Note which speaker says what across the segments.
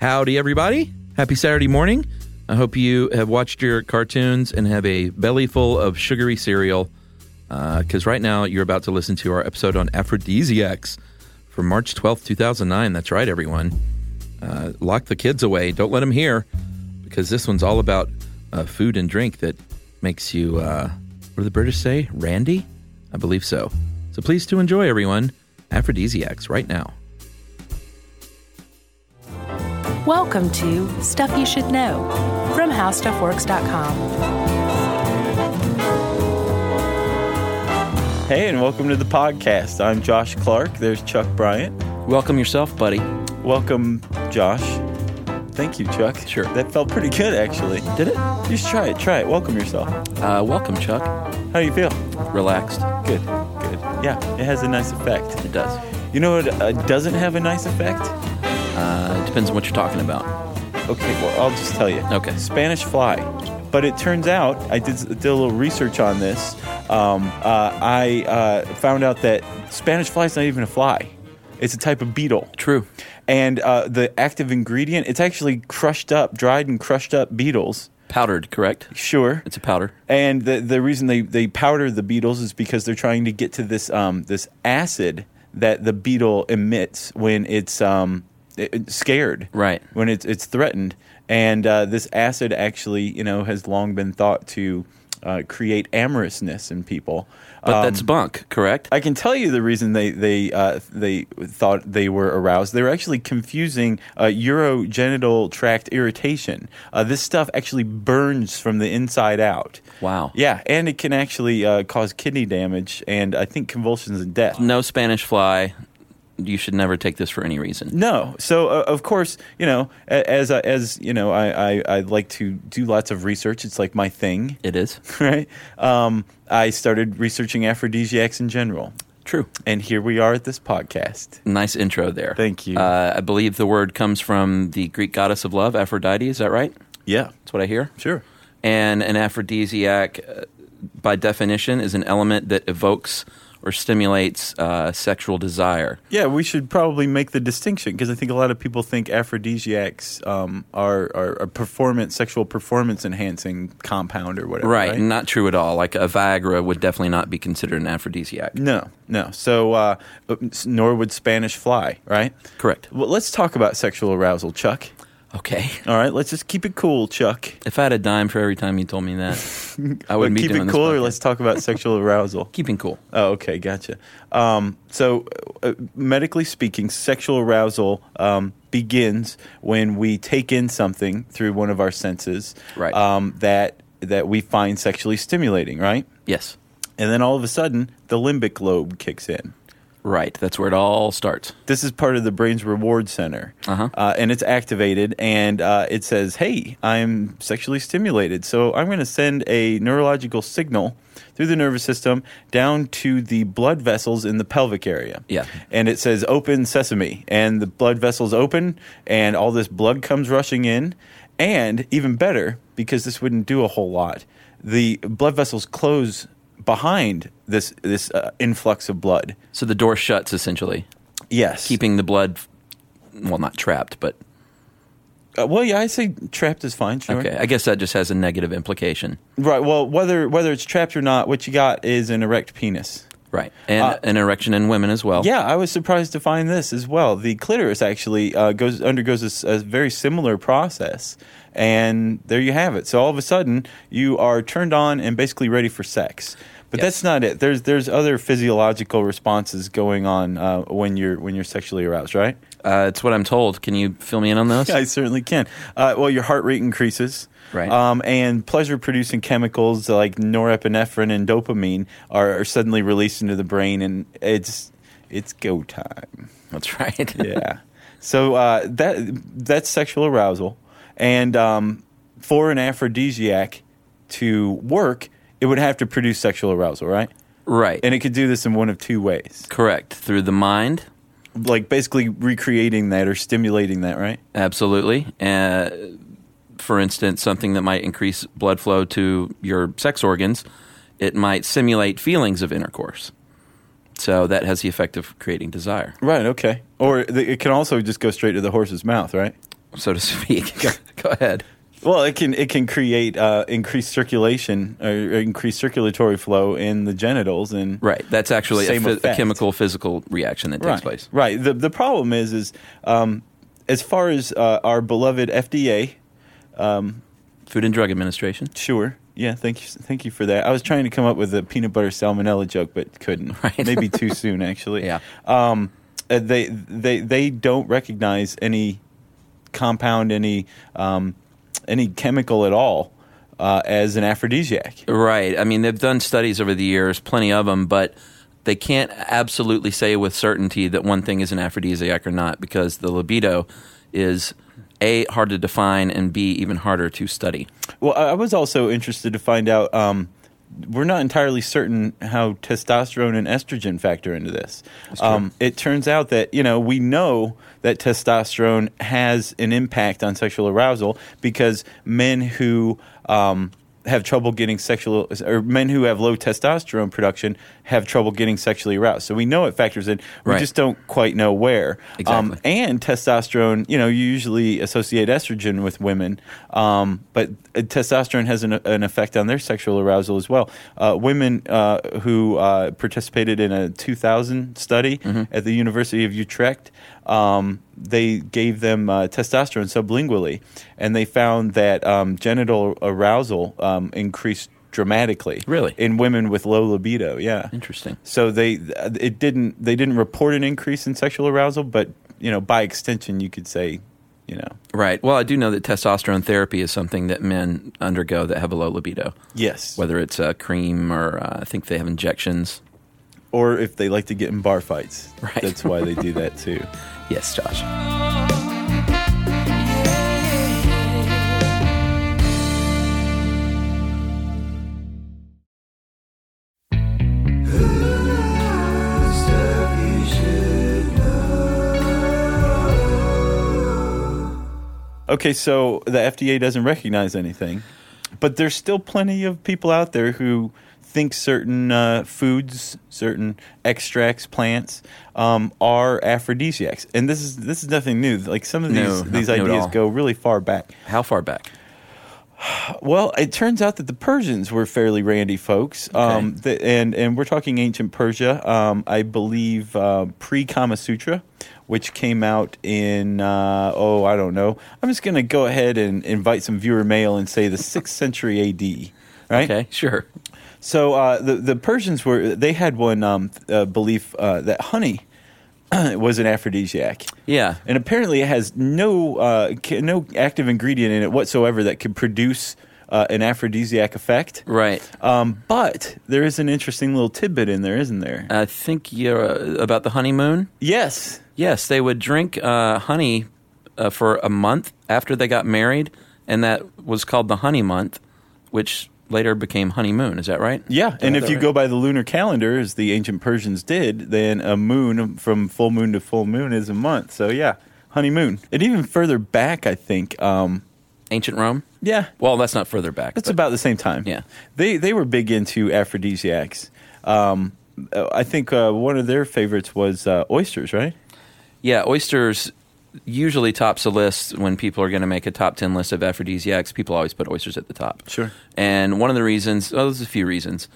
Speaker 1: Howdy, everybody. Happy Saturday morning. I hope you have watched your cartoons and have a belly full of sugary cereal because right now you're about to listen to our episode on aphrodisiacs from March 12th, 2009. That's right, everyone. Uh, lock the kids away. Don't let them hear because this one's all about uh, food and drink that makes you, uh, what do the British say? Randy? I believe so. So please to enjoy, everyone. Aphrodisiacs right now.
Speaker 2: Welcome to Stuff You Should Know from HowStuffWorks.com.
Speaker 3: Hey, and welcome to the podcast. I'm Josh Clark. There's Chuck Bryant.
Speaker 4: Welcome yourself, buddy.
Speaker 3: Welcome, Josh. Thank you, Chuck.
Speaker 4: Sure.
Speaker 3: That felt pretty good, actually.
Speaker 4: Did it?
Speaker 3: Just try it. Try it. Welcome yourself.
Speaker 4: Uh, welcome, Chuck.
Speaker 3: How do you feel?
Speaker 4: Relaxed.
Speaker 3: Good. Good. Yeah, it has a nice effect.
Speaker 4: It does.
Speaker 3: You know what uh, doesn't have a nice effect?
Speaker 4: Uh, it depends on what you're talking about.
Speaker 3: Okay, well, I'll just tell you.
Speaker 4: Okay.
Speaker 3: Spanish fly. But it turns out, I did, did a little research on this. Um, uh, I uh, found out that Spanish fly is not even a fly, it's a type of beetle.
Speaker 4: True.
Speaker 3: And uh, the active ingredient, it's actually crushed up, dried and crushed up beetles.
Speaker 4: Powdered, correct?
Speaker 3: Sure.
Speaker 4: It's a powder.
Speaker 3: And the the reason they, they powder the beetles is because they're trying to get to this um, this acid that the beetle emits when it's um, it- it's scared,
Speaker 4: Right.
Speaker 3: When it's it's threatened, and uh, this acid actually you know has long been thought to uh, create amorousness in people.
Speaker 4: But
Speaker 3: Um,
Speaker 4: that's bunk, correct?
Speaker 3: I can tell you the reason they they uh, they thought they were aroused. They were actually confusing uh, urogenital tract irritation. Uh, this stuff actually burns from the inside out.
Speaker 4: Wow.
Speaker 3: Yeah, and it can actually uh, cause kidney damage and I think convulsions and death.
Speaker 4: no Spanish fly. You should never take this for any reason.
Speaker 3: No. So uh, of course, you know, a- as I- as you know, I, I I like to do lots of research. It's like my thing,
Speaker 4: It is.
Speaker 3: right? Um, I started researching aphrodisiacs in general,
Speaker 4: True.
Speaker 3: and here we are at this podcast.
Speaker 4: Nice intro there.
Speaker 3: Thank you.
Speaker 4: Uh, I believe the word comes from the Greek goddess of love, Aphrodite. Is that right?
Speaker 3: Yeah.
Speaker 4: That's what I hear.
Speaker 3: Sure.
Speaker 4: And an aphrodisiac, uh, by definition, is an element that evokes or stimulates uh, sexual desire.
Speaker 3: Yeah, we should probably make the distinction because I think a lot of people think aphrodisiacs um, are, are a performance, sexual performance enhancing compound or whatever.
Speaker 4: Right,
Speaker 3: Right.
Speaker 4: not true at all. Like a Viagra would definitely not be considered an aphrodisiac.
Speaker 3: no, no. So, uh, nor would Spanish fly, right?
Speaker 4: Correct.
Speaker 3: Well, let's talk about sexual arousal, Chuck.
Speaker 4: Okay.
Speaker 3: All right, let's just keep it cool, Chuck.
Speaker 4: If I had a dime for every time you told me that, I would
Speaker 3: But
Speaker 4: be
Speaker 3: keep
Speaker 4: doing
Speaker 3: it
Speaker 4: this
Speaker 3: cool, or
Speaker 4: podcast.
Speaker 3: let's talk about sexual arousal.
Speaker 4: keeping cool.
Speaker 3: Oh, okay, gotcha. Um, so, uh, medically speaking, sexual arousal um, begins when we take in something through one of our senses
Speaker 4: Right.
Speaker 3: um, that that we find sexually stimulating, right?
Speaker 4: Yes.
Speaker 3: And then all of a sudden, the limbic lobe kicks in.
Speaker 4: Right. That's where it all starts.
Speaker 3: This is part of the brain's reward center,
Speaker 4: Uh-huh.
Speaker 3: Uh, and it's activated, and uh, it says, "Hey, I'm sexually stimulated, so I'm going to send a neurological signal through the nervous system down to the blood vessels in the pelvic area."
Speaker 4: Yeah.
Speaker 3: and it says open sesame and the blood vessels open and all this blood comes rushing in and even better because this wouldn't do a whole lot the blood vessels close behind this this uh, influx of blood
Speaker 4: So the door shuts essentially,
Speaker 3: yes
Speaker 4: keeping the blood, well, not trapped, but
Speaker 3: uh, well yeah i say trapped is fine sure
Speaker 4: okay. I guess that just has a negative implication.
Speaker 3: right well whether whether it's trapped or not what you got is an erect penis
Speaker 4: Right. And
Speaker 3: Uh,
Speaker 4: an erection in women as well.
Speaker 3: Yeah, I was surprised to find this as well. The clitoris actually uh, goes undergoes a s- a, very similar process, and there you have it. So all of a sudden, you are turned on and basically ready for sex. But
Speaker 4: Yes.
Speaker 3: that's not it. There's there's other physiological responses going on uh, when you're when you're sexually aroused, right?
Speaker 4: Uh, it's what I'm told. Can you fill me in on those?
Speaker 3: Yeah, I certainly can. Uh, well, your heart rate increases.
Speaker 4: Right.
Speaker 3: Um, and pleasure producing chemicals like norepinephrine and dopamine are, are suddenly released into the brain, and it's it's go time.
Speaker 4: That's right.
Speaker 3: yeah. So uh, that that's sexual arousal, and um, for an aphrodisiac to work, it would have to produce sexual arousal, right?
Speaker 4: right.
Speaker 3: And it could do this in one of two ways,
Speaker 4: Correct. Through the mind.
Speaker 3: like basically recreating that or stimulating that, right?
Speaker 4: Absolutely. Uh, for instance, something that might increase blood flow to your sex organs, it might simulate feelings of intercourse. So that has the effect of creating desire.
Speaker 3: Right. Okay. Or th- it can also just go straight to the horse's mouth, right?
Speaker 4: so to speak. go, go ahead.
Speaker 3: Well, it can it can create uh, increased circulation or increased circulatory flow in the genitals and
Speaker 4: Right. That's actually a,
Speaker 3: Same
Speaker 4: phy- a
Speaker 3: effect.
Speaker 4: chemical physical reaction that takes
Speaker 3: right,
Speaker 4: place.
Speaker 3: Right. The the problem is is um, as far as uh, our beloved FDA,
Speaker 4: Food and Drug Administration.
Speaker 3: sure. Yeah, thank you thank you for that. I was trying to come up with a peanut butter salmonella joke but couldn't.
Speaker 4: Right.
Speaker 3: Maybe too soon actually.
Speaker 4: Yeah.
Speaker 3: Um uh, they they they don't recognize any compound any um, any chemical at all uh, as an aphrodisiac.
Speaker 4: Right. I mean, they've done studies over the years, plenty of them, but they can't absolutely say with certainty that one thing is an aphrodisiac or not because the libido is A, hard to define, and B, even harder to study.
Speaker 3: Well, I I was also interested to find out. Um, we're not entirely certain how testosterone and estrogen factor into this. Um, it turns out that you know we know that testosterone has an impact on sexual arousal because men who um, have trouble getting sexual or men who have low testosterone production have trouble getting sexually aroused. So we know it factors in. We
Speaker 4: Right.
Speaker 3: just don't quite know where. Um,
Speaker 4: Exactly.
Speaker 3: and testosterone, you know, you usually associate estrogen with women, um, but uh, testosterone has an, an effect on their sexual arousal as well. Uh, women uh, who uh, participated in a 2000 study at the University of Utrecht, um, they gave them uh, testosterone sublingually, and they found that um, genital arousal um, increased dramatically.
Speaker 4: Really?
Speaker 3: In women with low libido, yeah.
Speaker 4: Interesting.
Speaker 3: So they it didn't they didn't report an increase in sexual arousal, but you know by extension you could say, you know,
Speaker 4: Right. Well, I do know that testosterone therapy is something that men undergo that have a low libido,
Speaker 3: yes,
Speaker 4: whether it's uh, cream or uh, I think they have injections.
Speaker 3: or if they like to get in bar fights,
Speaker 4: Right.
Speaker 3: that's why they do that too.
Speaker 4: Yes, Josh.
Speaker 3: Okay, so the FDA doesn't recognize anything, but there's still plenty of people out there who think certain uh, foods, certain extracts, plants um, are aphrodisiacs, and this is this is nothing new. Like some of these
Speaker 4: No, not
Speaker 3: these
Speaker 4: new at
Speaker 3: ideas
Speaker 4: all.
Speaker 3: go really far back.
Speaker 4: How far back?
Speaker 3: Well, it turns out that the Persians were fairly randy folks, um, th- and and we're talking ancient Persia. Um, I believe uh, pre Kama Sutra, which came out in uh, oh I don't know. I'm just gonna go ahead and invite some viewer mail and say the sixth century A.D. Right?
Speaker 4: Okay, sure.
Speaker 3: So uh, the the Persians were they had one um, th- uh, belief uh, that honey was an aphrodisiac.
Speaker 4: Yeah.
Speaker 3: And apparently, it has no uh, ca- no active ingredient in it whatsoever that could produce uh, an aphrodisiac effect.
Speaker 4: Right.
Speaker 3: Um, but there is an interesting little tidbit in there, isn't there?
Speaker 4: I think you're uh, about the honeymoon.
Speaker 3: yes.
Speaker 4: Yes, they would drink uh, honey uh, for a month after they got married, and that was called the honey month, which later became honeymoon. Is that right?
Speaker 3: Yeah, and
Speaker 4: I
Speaker 3: if
Speaker 4: thought
Speaker 3: you
Speaker 4: right.
Speaker 3: go by the lunar calendar, as the ancient Persians did, then a moon from full moon to full moon is a month. So yeah, honeymoon. And even further back, I think. Um,
Speaker 4: Ancient Rome.
Speaker 3: yeah,
Speaker 4: Well, that's not further back.
Speaker 3: That's
Speaker 4: but-
Speaker 3: about the same time.
Speaker 4: Yeah.
Speaker 3: they they were big into aphrodisiacs. Um, uh, I think uh, one of their favorites was uh, oysters, right?
Speaker 4: yeah. Oysters usually tops the list when people are going to make a top ten list of aphrodisiacs. People always put oysters at the top.
Speaker 3: Sure.
Speaker 4: And one of the reasons, oh, there's a few reasons.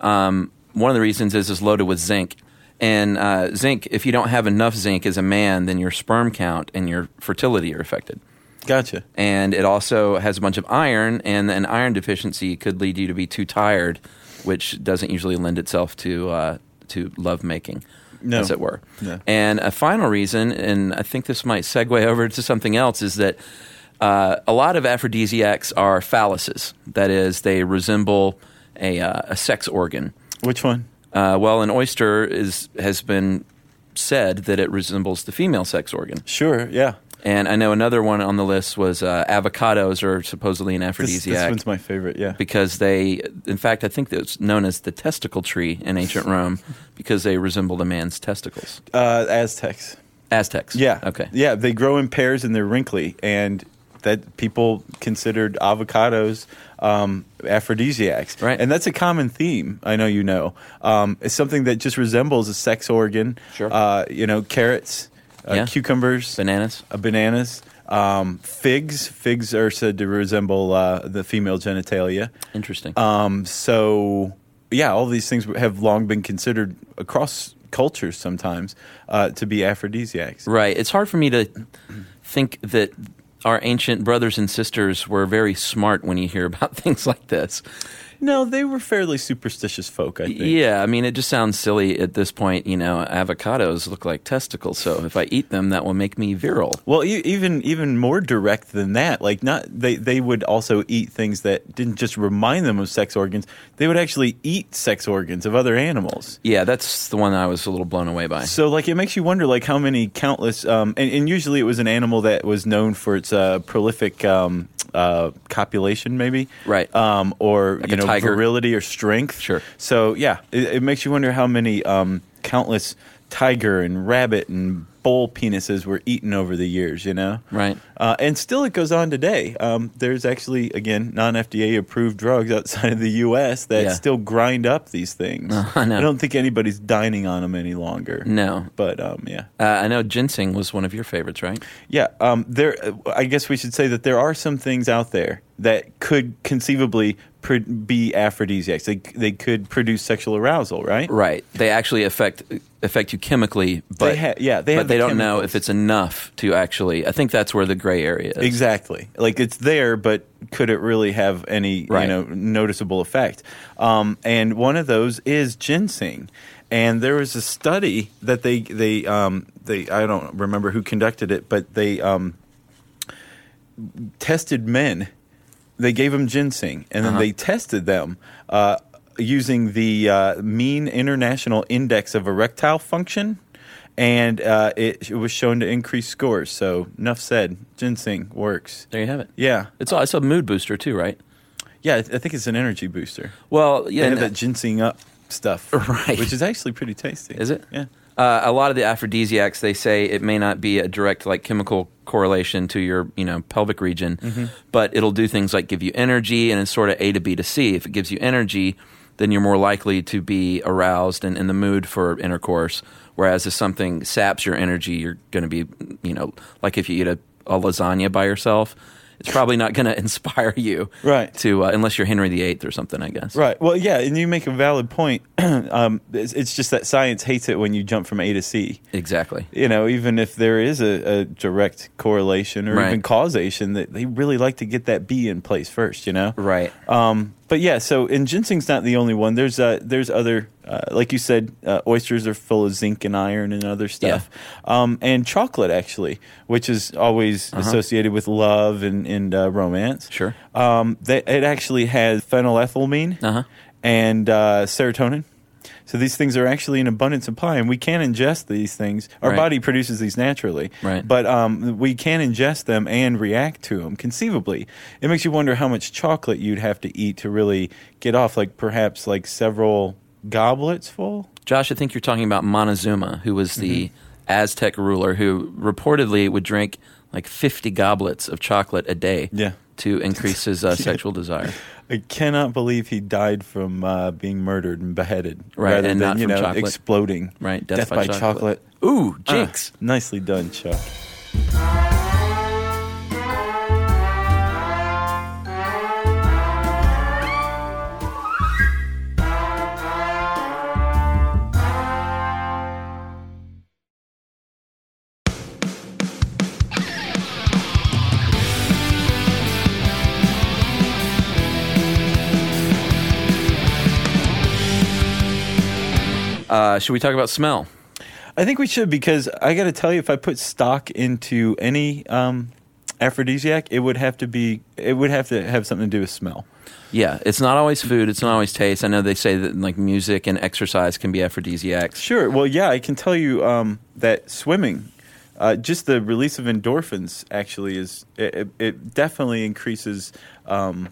Speaker 4: Um, one of the reasons is it's loaded with zinc. And uh, zinc, if you don't have enough zinc as a man, then your sperm count and your fertility are affected.
Speaker 3: Gotcha.
Speaker 4: and it also has a bunch of iron, and an iron deficiency could lead you to be too tired, which doesn't usually lend itself to uh, to love making,
Speaker 3: No.
Speaker 4: as it were.
Speaker 3: No.
Speaker 4: And a final reason, and I think this might segue over to something else, is that uh, a lot of aphrodisiacs are phalluses. That is, they resemble a, uh, a sex organ.
Speaker 3: Which one?
Speaker 4: Uh, well, an oyster is has been said that it resembles the female sex organ.
Speaker 3: Sure. Yeah.
Speaker 4: And I know another one on the list was uh, avocados are supposedly an
Speaker 3: This,
Speaker 4: aphrodisiac
Speaker 3: this one's my favorite. Yeah.
Speaker 4: because they, in fact, I think it's known as the testicle tree in ancient Rome because they resembled a man's testicles.
Speaker 3: Uh, Aztecs.
Speaker 4: Aztecs.
Speaker 3: Yeah.
Speaker 4: Okay.
Speaker 3: Yeah, they grow in pairs and they're wrinkly, and that people considered avocados um, aphrodisiacs.
Speaker 4: Right.
Speaker 3: And that's a common theme. I know you know. Um, it's something that just resembles a sex organ.
Speaker 4: Sure.
Speaker 3: Uh, you know, carrots. uh,
Speaker 4: Yeah.
Speaker 3: cucumbers,
Speaker 4: Bananas.
Speaker 3: uh, bananas, um, figs. Figs are said to resemble uh, the female genitalia.
Speaker 4: Interesting.
Speaker 3: Um, so, yeah, all these things have long been considered across cultures sometimes uh, to be aphrodisiacs.
Speaker 4: Right. It's hard for me to think that our ancient brothers and sisters were very smart when you hear about things like this.
Speaker 3: No, they were fairly superstitious folk, I think.
Speaker 4: Yeah, I mean, it just sounds silly at this point. You know, avocados look like testicles, so if I eat them, that will make me virile.
Speaker 3: Well, e- even even more direct than that, like not they they would also eat things that didn't just remind them of sex organs. They would actually eat sex organs of other animals.
Speaker 4: Yeah, that's the one I was a little blown away by.
Speaker 3: So like it makes you wonder like how many countless um, and, and usually it was an animal that was known for its uh, prolific um, uh, copulation maybe
Speaker 4: Right.
Speaker 3: um, or
Speaker 4: a
Speaker 3: you know
Speaker 4: tiger.
Speaker 3: virility or strength
Speaker 4: Sure.
Speaker 3: so yeah it, it makes you wonder how many um, countless tiger and rabbit and bull penises were eaten over the years you know
Speaker 4: Right.
Speaker 3: uh, and still it goes on today um, there's actually again non FDA approved drugs outside of the U.S. that
Speaker 4: Yeah.
Speaker 3: still grind up these things
Speaker 4: I know.
Speaker 3: I don't think anybody's dining on them any longer
Speaker 4: No.
Speaker 3: but um, yeah,
Speaker 4: Uh, I know ginseng was one of your favorites, right?
Speaker 3: yeah. Um, there, I guess we should say that there are some things out there that could conceivably pr- be aphrodisiacs. They they could produce sexual arousal, right?
Speaker 4: Right. They actually affect affect you chemically, but
Speaker 3: They ha- yeah, they
Speaker 4: but
Speaker 3: have
Speaker 4: they
Speaker 3: the
Speaker 4: don't know
Speaker 3: chemicals.
Speaker 4: if it's enough to actually. I think that's where the gray area is.
Speaker 3: Exactly. Like it's there, but could it really have any you
Speaker 4: Right.
Speaker 3: know noticeable effect? Um, and one of those is ginseng. And there was a study that they they um, they I don't remember who conducted it, but they um, tested men. They gave them ginseng, and then they tested them uh, using the uh, mean international index of erectile function, and uh, it, it was shown to increase scores. So, enough said. Ginseng works.
Speaker 4: There you have it.
Speaker 3: Yeah,
Speaker 4: It's a- it's a mood booster too, right?
Speaker 3: yeah. I, I think it's an energy booster.
Speaker 4: Well,
Speaker 3: They
Speaker 4: yeah.
Speaker 3: have
Speaker 4: and-
Speaker 3: that ginseng up stuff,
Speaker 4: Right.
Speaker 3: Which is actually pretty tasty.
Speaker 4: Is it?
Speaker 3: Yeah.
Speaker 4: Uh, a lot of the aphrodisiacs, they say it may not be a direct like chemical correlation to your you know pelvic region,
Speaker 3: Mm-hmm.
Speaker 4: but it'll do things like give you energy, and it's sort of A to B to C. If it gives you energy, then you're more likely to be aroused and in the mood for intercourse. Whereas if something saps your energy, you're going to be you know like if you eat a, a lasagna by yourself, it's probably not going to inspire you
Speaker 3: Right.
Speaker 4: to uh, unless you're Henry VIII or something, I guess.
Speaker 3: Right. Well, yeah, and you make a valid point. um, it's, it's just that science hates it when you jump from A to C.
Speaker 4: Exactly.
Speaker 3: you know, even if there is a, a direct correlation or
Speaker 4: Right.
Speaker 3: even causation, that they really like to get that B in place first, you know?
Speaker 4: Right.
Speaker 3: Um, but yeah, so and ginseng's not the only one. There's uh, there's other uh, like you said, uh, oysters are full of zinc and iron and other stuff. Um, and chocolate actually, which is always associated with love and and uh, romance.
Speaker 4: Uh-huh. Sure.
Speaker 3: Um, that it actually has phenylethylamine
Speaker 4: Uh-huh.
Speaker 3: and uh, serotonin. So these things are actually in abundant supply, and we can ingest these things. Our
Speaker 4: Right.
Speaker 3: body produces these naturally,
Speaker 4: Right.
Speaker 3: But um, we can ingest them and react to them conceivably. It makes you wonder how much chocolate you'd have to eat to really get off, like perhaps like several goblets full.
Speaker 4: Josh, I think you're talking about Montezuma, who was the
Speaker 3: Mm-hmm.
Speaker 4: Aztec ruler who reportedly would drink like 50 goblets of chocolate a day
Speaker 3: Yeah.
Speaker 4: to increase his uh, sexual desire.
Speaker 3: I cannot believe he died from uh, being murdered and beheaded,
Speaker 4: Right,
Speaker 3: rather
Speaker 4: and
Speaker 3: than
Speaker 4: not
Speaker 3: you
Speaker 4: from
Speaker 3: know
Speaker 4: chocolate.
Speaker 3: exploding.
Speaker 4: Right,
Speaker 3: death, by, chocolate.
Speaker 4: Ooh,
Speaker 3: Ah,
Speaker 4: jinx.
Speaker 3: nicely done, Chuck.
Speaker 4: Uh, should we talk about smell?
Speaker 3: I think we should because I got to tell you, if I put stock into any um, aphrodisiac, it would have to be it would have to have something to do with smell.
Speaker 4: Yeah, it's not always food, it's not always taste. I know they say that like music and exercise can be aphrodisiacs.
Speaker 3: Sure. Well, yeah, I can tell you um, that swimming, uh, just the release of endorphins, actually is it, it, it definitely increases um,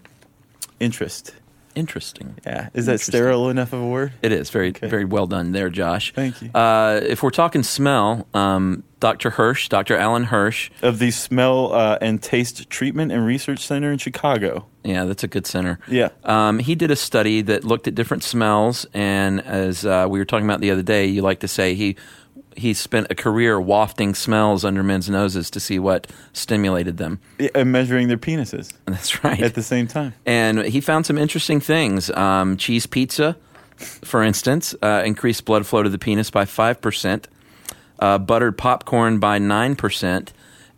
Speaker 3: interest.
Speaker 4: Interesting.
Speaker 3: Yeah, is that
Speaker 4: Interesting.
Speaker 3: sterile enough of a word?
Speaker 4: It is very, very well done there, Josh.
Speaker 3: Thank you.
Speaker 4: Uh, if we're talking smell, um, Dr. Hirsch, Dr. Alan Hirsch,
Speaker 3: Of the Smell uh, and Taste Treatment and Research Center in Chicago.
Speaker 4: Yeah, that's a good center.
Speaker 3: Yeah.
Speaker 4: Um, he did a study that looked at different smells, and as uh, we were talking about the other day, you like to say he he spent a career wafting smells under men's noses to see what stimulated them.
Speaker 3: eh, and measuring their penises
Speaker 4: That's right.
Speaker 3: at the same time.
Speaker 4: and he found some interesting things. Um, cheese pizza, for instance, uh, increased blood flow to the penis by 5%, uh, buttered popcorn by 9%,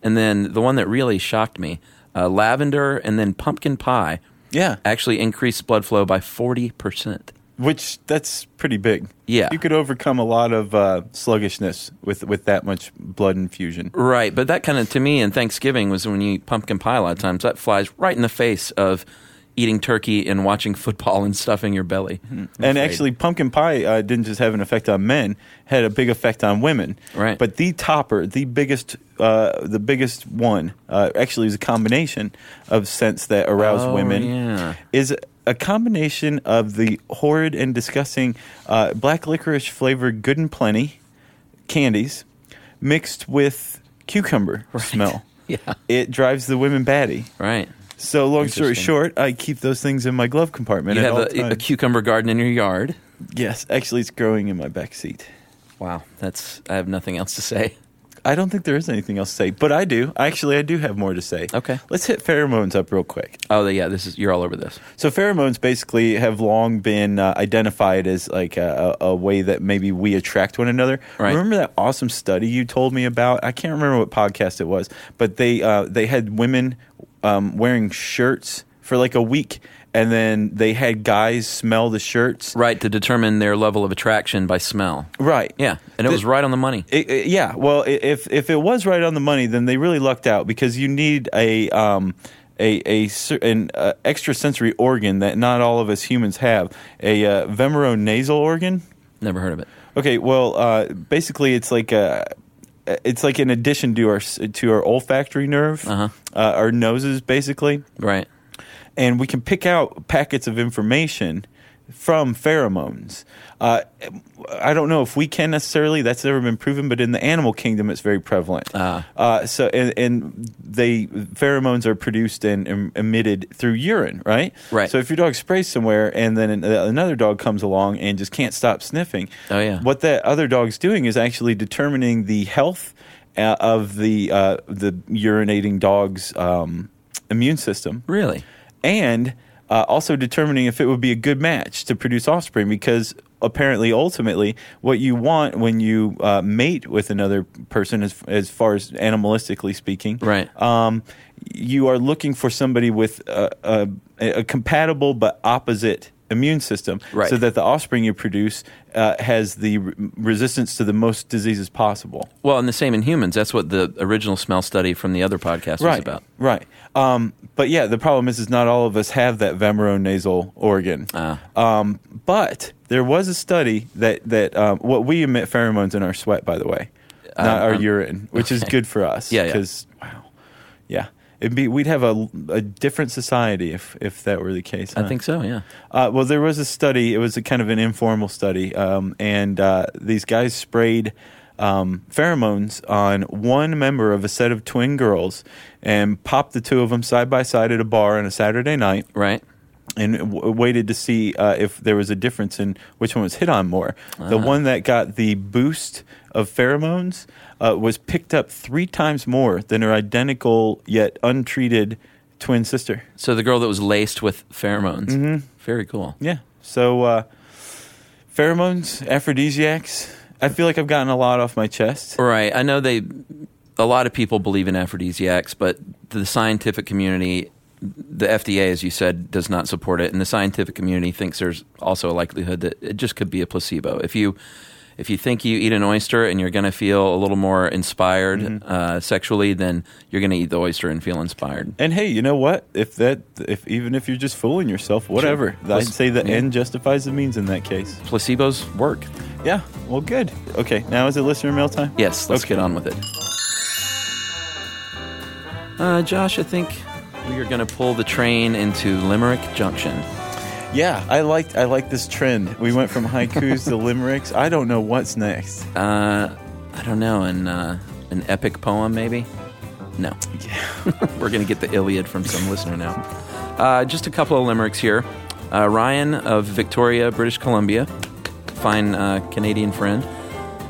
Speaker 4: and then the one that really shocked me, uh, lavender and then pumpkin pie
Speaker 3: Yeah,
Speaker 4: actually increased blood flow by 40%.
Speaker 3: which that's pretty big.
Speaker 4: Yeah.
Speaker 3: you could overcome a lot of uh, sluggishness with with that much blood infusion.
Speaker 4: Right, but that kind of to me and Thanksgiving was when you eat pumpkin pie a lot of times. That flies right in the face of eating turkey and watching football and stuffing your belly.
Speaker 3: and actually, pumpkin pie uh, didn't just have an effect on men; had a big effect on women.
Speaker 4: Right.
Speaker 3: But the topper, the biggest, uh, the biggest one, uh, actually is a combination of scents that arouse
Speaker 4: Oh,
Speaker 3: women.
Speaker 4: yeah.
Speaker 3: Is a combination of the horrid and disgusting uh, black licorice flavored Good and Plenty candies mixed with cucumber smell.
Speaker 4: Yeah.
Speaker 3: It drives the women batty.
Speaker 4: right.
Speaker 3: So long story
Speaker 4: Interesting.
Speaker 3: short, I keep those things in my glove compartment.
Speaker 4: You
Speaker 3: at
Speaker 4: have
Speaker 3: all
Speaker 4: a, a
Speaker 3: times.
Speaker 4: cucumber garden in your yard.
Speaker 3: Yes, actually, it's growing in my back seat.
Speaker 4: Wow, that's I have nothing else to say.
Speaker 3: I don't think there is anything else to say, but I do. Actually, I do have more to say.
Speaker 4: Okay.
Speaker 3: Let's hit pheromones up real quick.
Speaker 4: Oh yeah, this is you're all over this.
Speaker 3: So pheromones basically have long been uh, identified as like a, a a way that maybe we attract one another.
Speaker 4: Right.
Speaker 3: Remember that awesome study you told me about? I can't remember what podcast it was, but they uh, they had women um, wearing shirts for like a week, and then they had guys smell the shirts.
Speaker 4: Right to determine their level of attraction by smell.
Speaker 3: Right.
Speaker 4: Yeah, and it was right on the money.
Speaker 3: It, it- yeah. Well, i- if if it was right on the money, then they really lucked out because you need a um a a cer- an uh, extrasensory organ that not all of us humans have a uh, vemeronasal organ.
Speaker 4: Never heard of it.
Speaker 3: Okay. Well, uh, basically, it's like a. It's like an addition to our s- to our olfactory nerve,
Speaker 4: Uh-huh.
Speaker 3: uh, our noses basically,
Speaker 4: Right.
Speaker 3: and we can pick out packets of information from pheromones. Uh, I don't know if we can necessarily; that's never been proven. But in the animal kingdom, it's very prevalent.
Speaker 4: Ah.
Speaker 3: Uh, so, and, and they pheromones are produced and em- emitted through urine, right?
Speaker 4: Right.
Speaker 3: So, if your dog sprays somewhere, and then an, another dog comes along and just can't stop sniffing,
Speaker 4: Oh, yeah.
Speaker 3: what that other dog's doing is actually determining the health uh, of the uh, the urinating dog's um, immune system
Speaker 4: Really?
Speaker 3: and uh, also determining if it would be a good match to produce offspring because apparently ultimately what you want when you uh, mate with another person as, as far as animalistically speaking
Speaker 4: Right.
Speaker 3: um, you are looking for somebody with a, a, a compatible but opposite immune system
Speaker 4: Right.
Speaker 3: so that the offspring you produce uh, has the re- resistance to the most diseases possible
Speaker 4: Well, and the same in humans. That's what the original smell study from the other podcast was
Speaker 3: right
Speaker 4: about.
Speaker 3: right um, but yeah the problem is is not all of us have that vemeronasal organ
Speaker 4: Ah.
Speaker 3: Um, but there was a study that that um, what we emit pheromones in our sweat, by the way, not
Speaker 4: Um,
Speaker 3: our
Speaker 4: um,
Speaker 3: urine, which is
Speaker 4: okay.
Speaker 3: good for us.
Speaker 4: Yeah, yeah.
Speaker 3: Because wow, yeah, it'd be we'd have a, a different society if if that were the case.
Speaker 4: I
Speaker 3: huh?
Speaker 4: think so. Yeah.
Speaker 3: Uh, well, there was a study. It was a kind of an informal study, um, and uh, these guys sprayed um, pheromones on one member of a set of twin girls, and popped the two of them side by side at a bar on a Saturday night
Speaker 4: Right.
Speaker 3: and w- waited to see uh, if there was a difference in which one was hit on more. The one that got the boost of pheromones uh, was picked up three times more than her identical yet untreated twin sister.
Speaker 4: So the girl that was laced with pheromones. Mm-hmm. Very cool.
Speaker 3: Yeah. So uh, pheromones, aphrodisiacs. I feel like I've gotten a lot off my chest.
Speaker 4: Right. I know they. A lot of people believe in aphrodisiacs, but the scientific community, the FDA, as you said, does not support it, and the scientific community thinks there's also a likelihood that it just could be a placebo. If you if you think you eat an oyster and you're going to feel a little more inspired uh, sexually, then you're going to eat the oyster and feel inspired.
Speaker 3: And hey, you know what? If that, if even if you're just fooling yourself, whatever. I'd
Speaker 4: Let's-
Speaker 3: say the
Speaker 4: yeah.
Speaker 3: end justifies the means in that case.
Speaker 4: Placebos work.
Speaker 3: Yeah. Well, good. Okay. Now is it listener mail time?
Speaker 4: Yes, let's
Speaker 3: Okay.
Speaker 4: get on with it. Uh, Josh, I think we are going to pull the train into Limerick Junction.
Speaker 3: Yeah, I liked I like this trend. We went from haikus to limericks. I don't know what's next.
Speaker 4: Uh, I don't know, an uh, an epic poem maybe. No, we're gonna get the Iliad from some listener now. Uh, just a couple of limericks here. Uh, Ryan of Victoria, British Columbia, fine uh, Canadian friend.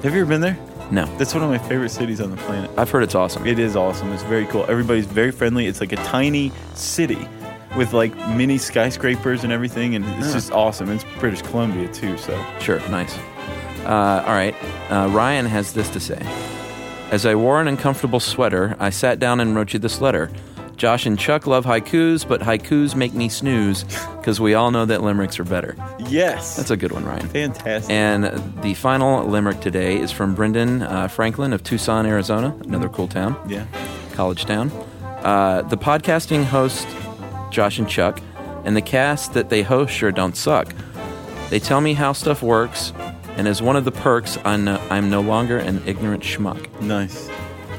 Speaker 3: Have you ever been there?
Speaker 4: No.
Speaker 3: That's one of my favorite cities on the planet.
Speaker 4: I've heard it's awesome.
Speaker 3: It is awesome. It's very cool. Everybody's very friendly. It's like a tiny city with like mini skyscrapers and everything, and it's just awesome. It's British Columbia too, so
Speaker 4: Sure, nice. Uh, all right, uh, Ryan has this to say. As I wore an uncomfortable sweater, I sat down and wrote you this letter. Josh and Chuck love haikus, but haikus make me snooze because we all know that limericks are better.
Speaker 3: yes,
Speaker 4: That's a good one, Ryan.
Speaker 3: fantastic.
Speaker 4: And the final limerick today is from Brendan uh, Franklin of Tucson, Arizona, another cool town
Speaker 3: yeah,
Speaker 4: college town. Uh, the podcasting host, Josh and Chuck, and the cast that they host sure don't suck. They tell me how stuff works, and as one of the perks, I know, I'm no longer an ignorant schmuck.
Speaker 3: nice.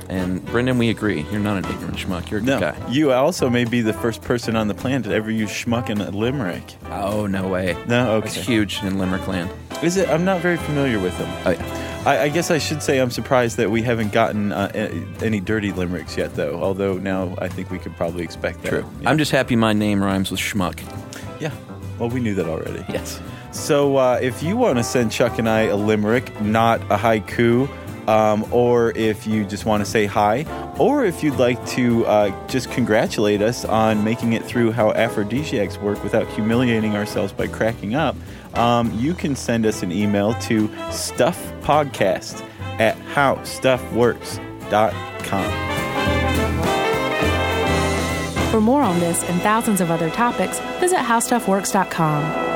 Speaker 4: And Brendan, we agree. You're not an ignorant schmuck. You're a
Speaker 3: No,
Speaker 4: good guy.
Speaker 3: you also may be the first person on the planet to ever use schmuck in a limerick.
Speaker 4: Oh, no way.
Speaker 3: No,
Speaker 4: It's
Speaker 3: okay.
Speaker 4: huge in Limerick land.
Speaker 3: Is it? I'm not very familiar with them.
Speaker 4: Oh, yeah.
Speaker 3: I, I guess I should say I'm surprised that we haven't gotten uh, a- any dirty limericks yet, though. Although now I think we could probably expect that.
Speaker 4: True.
Speaker 3: Yeah.
Speaker 4: I'm just happy my name rhymes with schmuck.
Speaker 3: yeah. Well, we knew that already.
Speaker 4: Yes.
Speaker 3: So uh, if you want to send Chuck and I a limerick, not a haiku, um, or if you just want to say hi, or if you'd like to uh, just congratulate us on making it through how aphrodisiacs work without humiliating ourselves by cracking up, um, you can send us an email to stuffpodcast at howstuffworks.com.
Speaker 2: For more on this and thousands of other topics, visit howstuffworks.com.